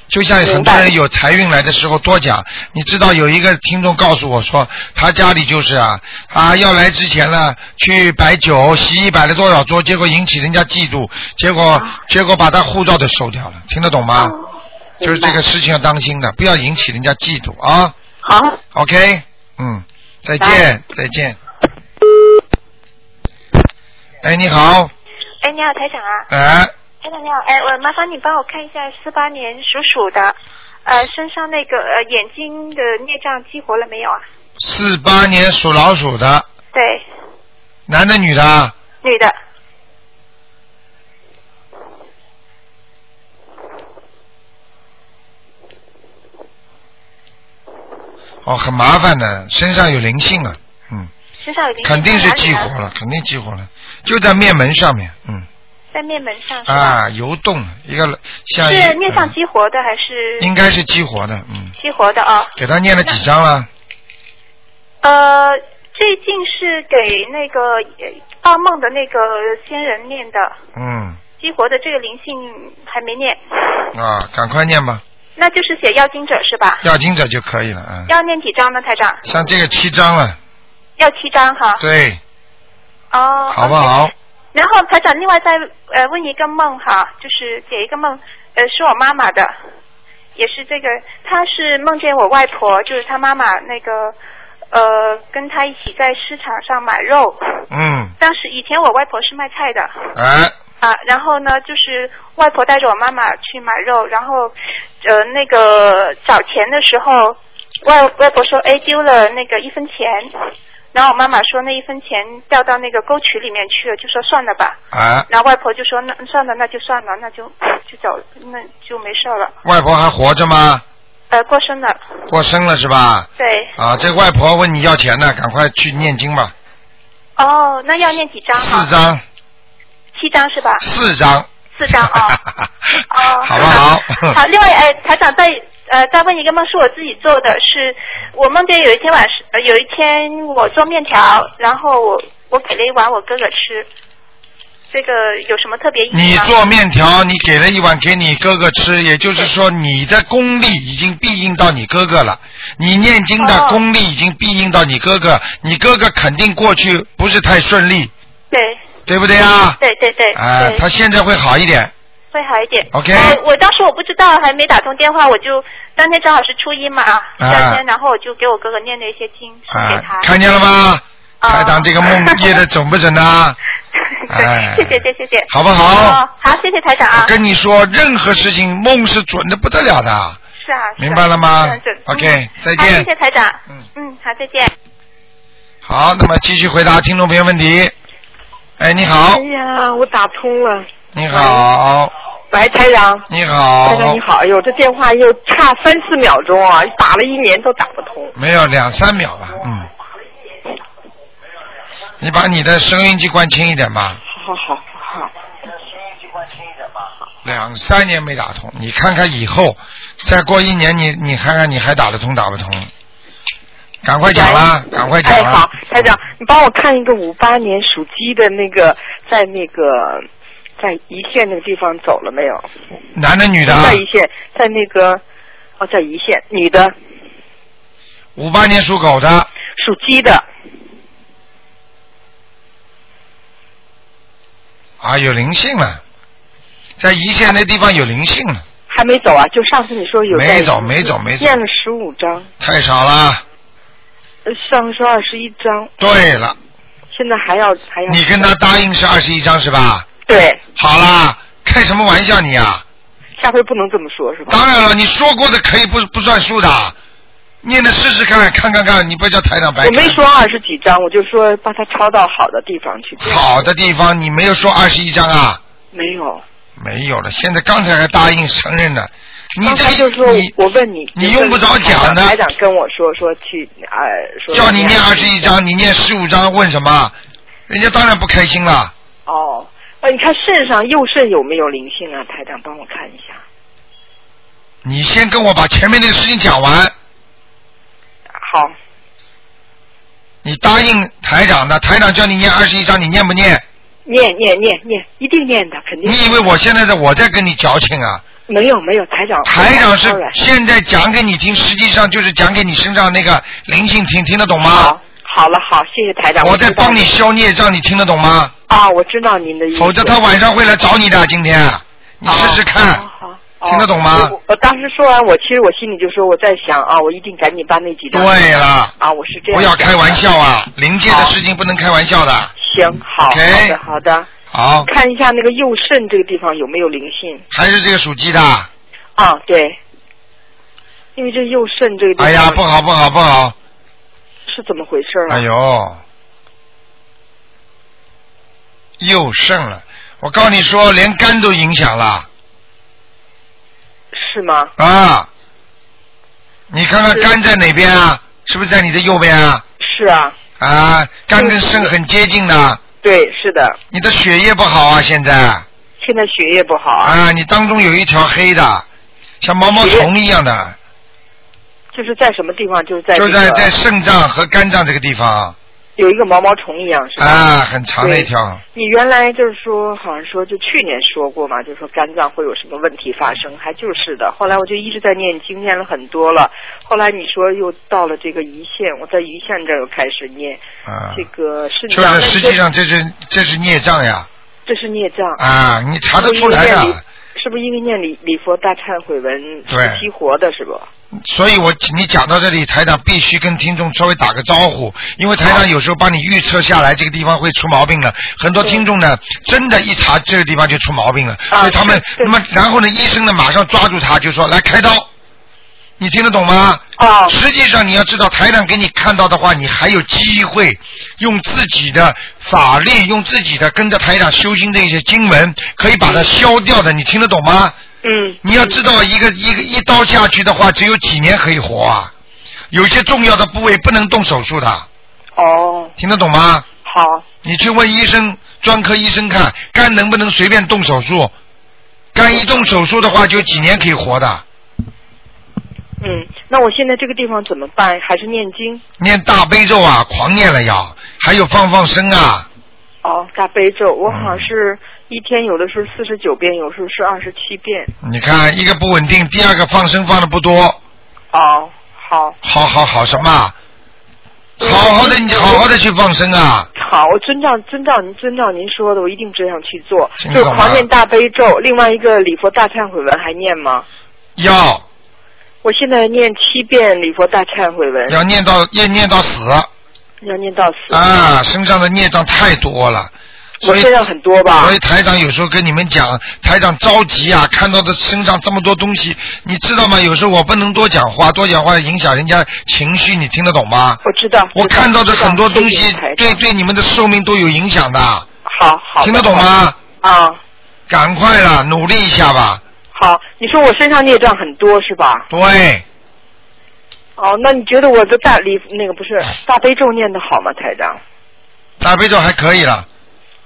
就像很多人有财运来的时候多讲，你知道有一个听众告诉我说，他家里就是啊，啊要来之前呢去摆酒，洗衣摆了多少桌，结果引起人家嫉妒，结果啊结果把他护照都收掉了，听得懂吗？哦就是这个事情要当心的，不要引起人家嫉妒啊。好。 OK，嗯，再见，再见。哎，你好，哎，你好，台长啊。哎，台长你好，哎，我麻烦你帮我看一下四八年属鼠的，呃，身上那个呃眼睛的孽障激活了没有啊？四八年属老鼠的，对，男的女的啊？女的，哦，很麻烦的，身上有灵性啊，嗯，身上有灵性肯定是在哪里激呢活了，肯定激活了，就在面门上面，嗯，在面门上是吧？啊，游动一个像一是孽障嗯激活的还是？应该是激活的，嗯，激活的啊。给他念了几张了？呃，最近是给那个呃报梦的那个仙人念的，嗯，激活的这个灵性还没念，啊，赶快念吧，那就是写要经者是吧？要经者就可以了啊。要念几张呢，台长？像这个七张了，要七张哈。对，哦。好不好？然后台长，另外再呃问一个梦哈，就是解一个梦，呃是我妈妈的，也是这个，她是梦见我外婆，就是她妈妈那个呃跟她一起在市场上买肉，嗯，当时以前我外婆是卖菜的哎，啊，然后呢就是外婆带着我妈妈去买肉，然后呃那个找钱的时候，外外婆说哎丢了那个一分钱。然后我妈妈说那一分钱掉到那个沟渠里面去了，就说算了吧。哎，然后外婆就说那算了，那就算了，那就就走了，那就没事了。外婆还活着吗？呃，过生了，过生了是吧？对。啊，这外婆问你要钱呢，赶快去念经吧，哦，那要念几张啊？四张，七张是吧？四张，嗯四张啊、哦。好不好？好，另外，呃，台长再呃再问一个梦，是我自己做的，是我梦见有一天晚上，呃有一天我做面条，然后我我给了一碗我哥哥吃，这个有什么特别意义吗？你做面条，你给了一碗给你哥哥吃，也就是说你的功力已经庇应到你哥哥了。你念经哦的功力已经庇应到你哥哥，你哥哥肯定过去不是太顺利，对对不对啊？对对对。啊、对他现在会好一点。会好一点。 OK 呃我当时我不知道，还没打通电话，我就当天正好是初一嘛，第二天，然后我就给我哥哥念了一些经给啊他。，看见了吗？啊台长这个哦梦夜的准不准呢、 哎对，谢谢谢谢谢谢，好不好哦好，谢谢台长啊。跟你说，任何事情梦是准的不得了的。是啊，是啊明白了吗是很准 OK，嗯再见好谢谢台长。嗯嗯，好，再见。好，那么继续回答听众朋友问题。哎，你好哎，呀，我打通了。你好，喂，台长。你好台长你好，哎呦，这电话又差三四秒钟啊，打了一年都打不通。没有两三秒吧，嗯。你把你的收音机关轻一点吧。好好好好。两三年没打通，你看看以后，再过一年你你看看你还打得通打不通？赶快讲啦，赶快讲哎，啦好。，台长，你帮我看一个五八年属鸡的那个，在那个在一线那个地方走了没有？男的女的啊在？一线，在那个哦，在一线，女的，五八年属狗的，属鸡的，啊，有灵性了，在一线那地方有灵性了，还没走啊？就上次你说有在没走没走没走念了十五章，太少了。呃上次说二十一章，对了，现在还要还要。你跟他答应是二十一张是吧？对，好啦，开什么玩笑你啊！下回不能这么说，是吧？当然了，你说过的可以不不算数的，念的试试看看看看，你不要叫台长白我看没说二十几章，我就说把它抄到好的地方去。好的地方，你没有说二十一张啊？没有，没有了，现在刚才还答应承认了，你刚这才个就说你我问你，你用不着讲的台长跟我说说去呃，说叫你念二十一一张，你念十五张，问什么？人家当然不开心了。哦。哦，你看肾上右肾有没有灵性啊？台长帮我看一下。你先跟我把前面那个事情讲完，好，你答应台长的，台长叫你念二十一张，你念不念？念念念念，一定念的，肯定。你以为我现在在我在跟你矫情啊？没有没有，台长。台长是当然现在讲给你听，实际上就是讲给你身上那个灵性听，听得懂吗？好了好，谢谢台长。我在知道帮你消孽障，你听得懂吗？啊，我知道您的意思。哦否则他晚上会来找你的。今天啊你试试看，听得懂吗我？我我当时说完，我其实我心里就说我在想啊，我一定赶紧把那几张。对了啊，我是这不样。要开玩笑！啊，灵界的事情不能开玩笑的。行，好 OK 好的好的。好，看一下那个右肾这个地方有没有灵性还是这个属鸡的。啊？对，因为这右肾这个地方。哎呀，不好不好不好！是怎么回事啊？哎呦，又剩了。我告诉你嗯说，连肝都影响了是吗？啊！你看看肝在哪边啊？是不是在你的右边啊？是啊，啊，肝跟肾很接近的，对，是的，你的血液不好啊，现在现在血液不好啊，啊，你当中有一条黑的，像毛毛虫一样的，就是在什么地方？就是在就这在个在肾脏和肝脏这个地方有一个毛毛虫一样，是吧？啊，很长的一条。你原来就是说，好像说就去年说过嘛，就说肝脏会有什么问题发生，还就是的。后来我就一直在念经，念了很多了。后来你说又到了这个胰腺，我在胰腺这儿又开始念啊，这个肾就脏，是实际上这是这是孽障呀这是孽障。啊，你查得是出不是因为来念的礼。是不是因为念礼礼佛大忏悔文对激活的是不？所以我你讲到这里，台长必须跟听众稍微打个招呼，因为台长有时候帮你预测下来这个地方会出毛病了，很多听众呢真的，一查这个地方就出毛病了，所以他们那么然后呢，医生呢马上抓住他就说来开刀，你听得懂吗？啊，实际上你要知道，台长给你看到的话，你还有机会用自己的法力，用自己的跟着台长修心的一些经文，可以把它消掉的，你听得懂吗？嗯，你要知道，一个一个一刀下去的话，只有几年可以活啊。有些重要的部位不能动手术的，哦，听得懂吗？好，你去问医生，专科医生看肝能不能随便动手术。肝一动手术的话，就有几年可以活的。嗯，那我现在这个地方怎么办？还是念经？念大悲咒啊，狂念了要，还有放放生啊，哦，大悲咒，我嗯好像是一天有的时候四十九遍，有时候是二十七遍。你看一个不稳定，第二个放生放的不多，哦，好，好好好什么啊？哦好好的，嗯你好好的去放生啊！好，我遵照遵照您遵照您说的，我一定这样去做。真就的是吗狂念大悲咒，另外一个礼佛大忏悔文还念吗？要我现在念七遍礼佛大忏悔文，要念到要念到死要念到死。啊！身上的孽障太多了，我所以身上很多吧所？以台长有时候跟你们讲，台长着急啊，看到这身上这么多东西，你知道吗？有时候我不能多讲话，多讲话影响人家情绪，你听得懂吗？我知道。我知道看到的知道很多东谢谢西台，对对你们的寿命都有影响的，好好的。听得懂好的？吗？啊，赶快啦，努力一下吧。好，你说我身上孽障很多是吧？对，哦，那你觉得我的大礼那个不哎是大悲咒念的好吗，台长？大悲咒还可以了，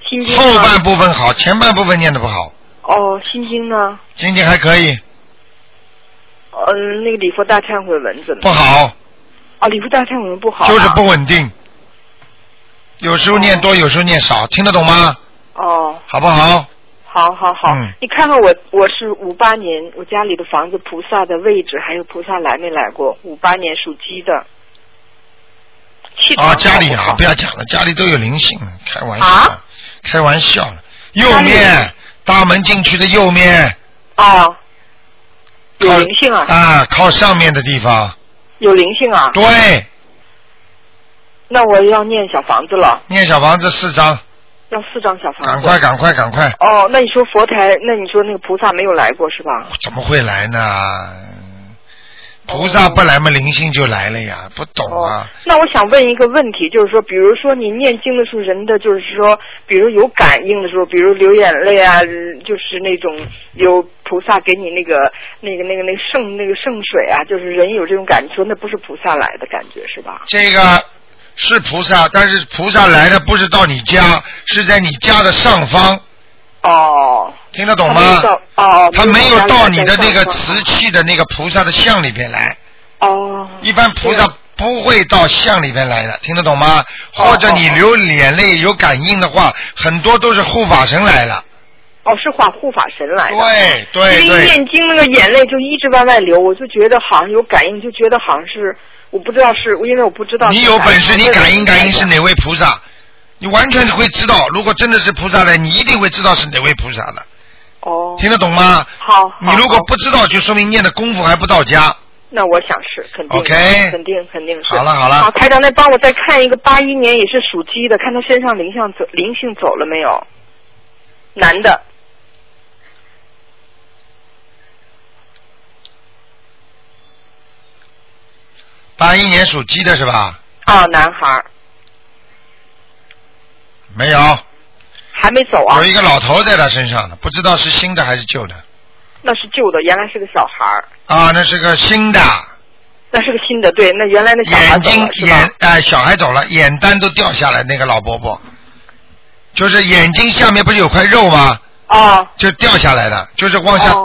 心经呢后半部分好，前半部分念的不好，哦，心经呢？今天还可以，嗯、那个礼佛大忏悔文怎么？不。好，哦，礼佛大忏悔文不好、就是不。稳定，有时候念多，有时候念少，听得懂吗？哦，好不好？好好好，嗯你看看我，我是五八年，我家里的房子菩萨的位置，还有菩萨来没来过？五八年属鸡的。气场啊，家里好啊，不不好要讲了，家里都有灵性，开玩笑，啊开玩笑了。右家里面大门进去的右面，哦，有靠灵性啊，啊，靠上面的地方，有灵性啊。对，那我要念小房子了，念小房子四张，要四张小房子。赶快，赶快，赶快，哦，那你说佛台，那你说那个菩萨没有来过是吧？怎么会来呢？菩哦萨不来嘛，灵性就来了呀，不懂啊。那我想问一个问题，就是说，比如说你念经的时候，人的就是说，比如有感应的时候，比如流眼泪啊，嗯就是那种有菩萨给你那个那个那个那个圣那个圣水啊，就是人有这种感觉，那不是菩萨来的感觉是吧？这个是菩萨，但是菩萨来的不是到你家，是在你家的上方，哦，听得懂他没吗有？到哦，他没有到你的那没有个到家里瓷器的那个菩萨的像里边来，哦，一般菩萨不会到像里边来的，听得懂吗？哦或者你流眼泪有感应的话，很多都是护法神来了，哦，是画护法神来的。啊对对因为对念经那个眼泪就一直往外流，我就觉得好像有感应，就觉得好像是我不知道是，因为我不知道。你有本事你感应感应是哪位菩萨，你完全会知道。如果真的是菩萨来，你一定会知道是哪位菩萨的。哦。听得懂吗？好。好你如果不知道，就说明念的功夫还不到家。那我想是肯定的 OK 肯定肯定是。好了好了好，台长，再帮我再看一个八一年也是属鸡的，看他身上灵性走灵性走了没有？男的，八一年属鸡的是吧？哦，男孩儿没有，还没走啊。有一个老头在他身上的，不知道是新的还是旧的。那是旧的，原来是个小孩儿，啊，那是个新的，那是个新的，对，那原来那小孩眼走睛了是眼吧？哎、小孩走了，眼丹都掉下来，那个老伯伯，就是眼睛下面不是有块肉吗？哦，就掉下来的，就是往下，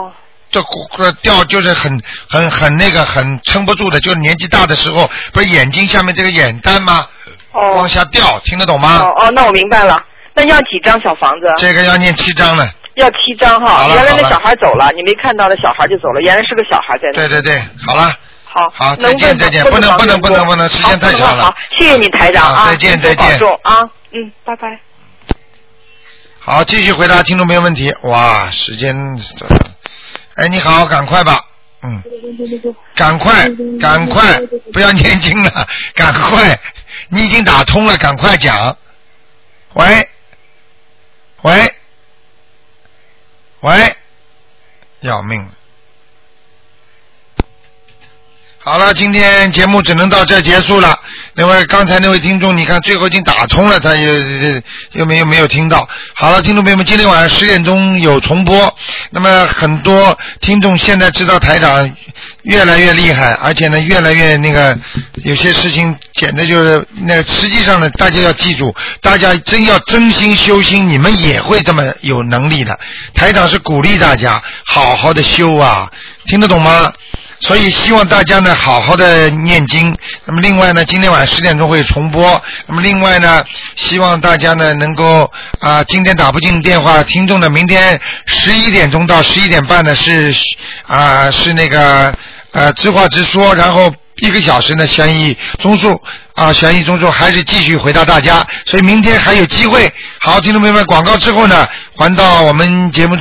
这骨呃掉就是很很很那个很撑不住的，就是年纪大的时候，不是眼睛下面这个眼丹吗？哦，往下掉，听得懂吗？哦哦，那我明白了。那要几张小房子？这个要念七章了，要七张好了哈。原来好那了小孩走了，你没看到那小孩就走了，原来是个小孩在那。对对对，好了。好，好能再见问再见问不能王不能建不能国不能时间好太不长能了好，谢谢你台长好啊，再见您再多见保重啊，嗯，拜拜。好，继续回答听众朋友问题。哇，时间，哎，你好，赶快吧，嗯，赶快，嗯赶快，不要念经了， 赶快，你已经打通了，赶快讲。喂，喂，喂，要命了！好了，今天节目只能到这儿结束了。另外，刚才那位听众，你看最后已经打通了，他又又又没有没有听到。好了，听众朋友们，今天晚上十点钟有重播。那么很多听众现在知道台长越来越厉害，而且呢越来越那个，有些事情简直就是那个实际上呢，大家要记住，大家真要真心修心，你们也会这么有能力的。台长是鼓励大家好好的修啊，听得懂吗？所以希望大家呢好好的念经。那么另外呢，今天晚上十点钟会重播。那么另外呢，希望大家呢能够啊、今天打不进电话，听众呢明天十一点钟到十一点半呢是啊、是那个呃知话直说，然后。一个小时呢，悬疑综述啊，悬疑综述还是继续回答大家，所以明天还有机会。好，听众朋友们，广告之后呢，还到我们节目中。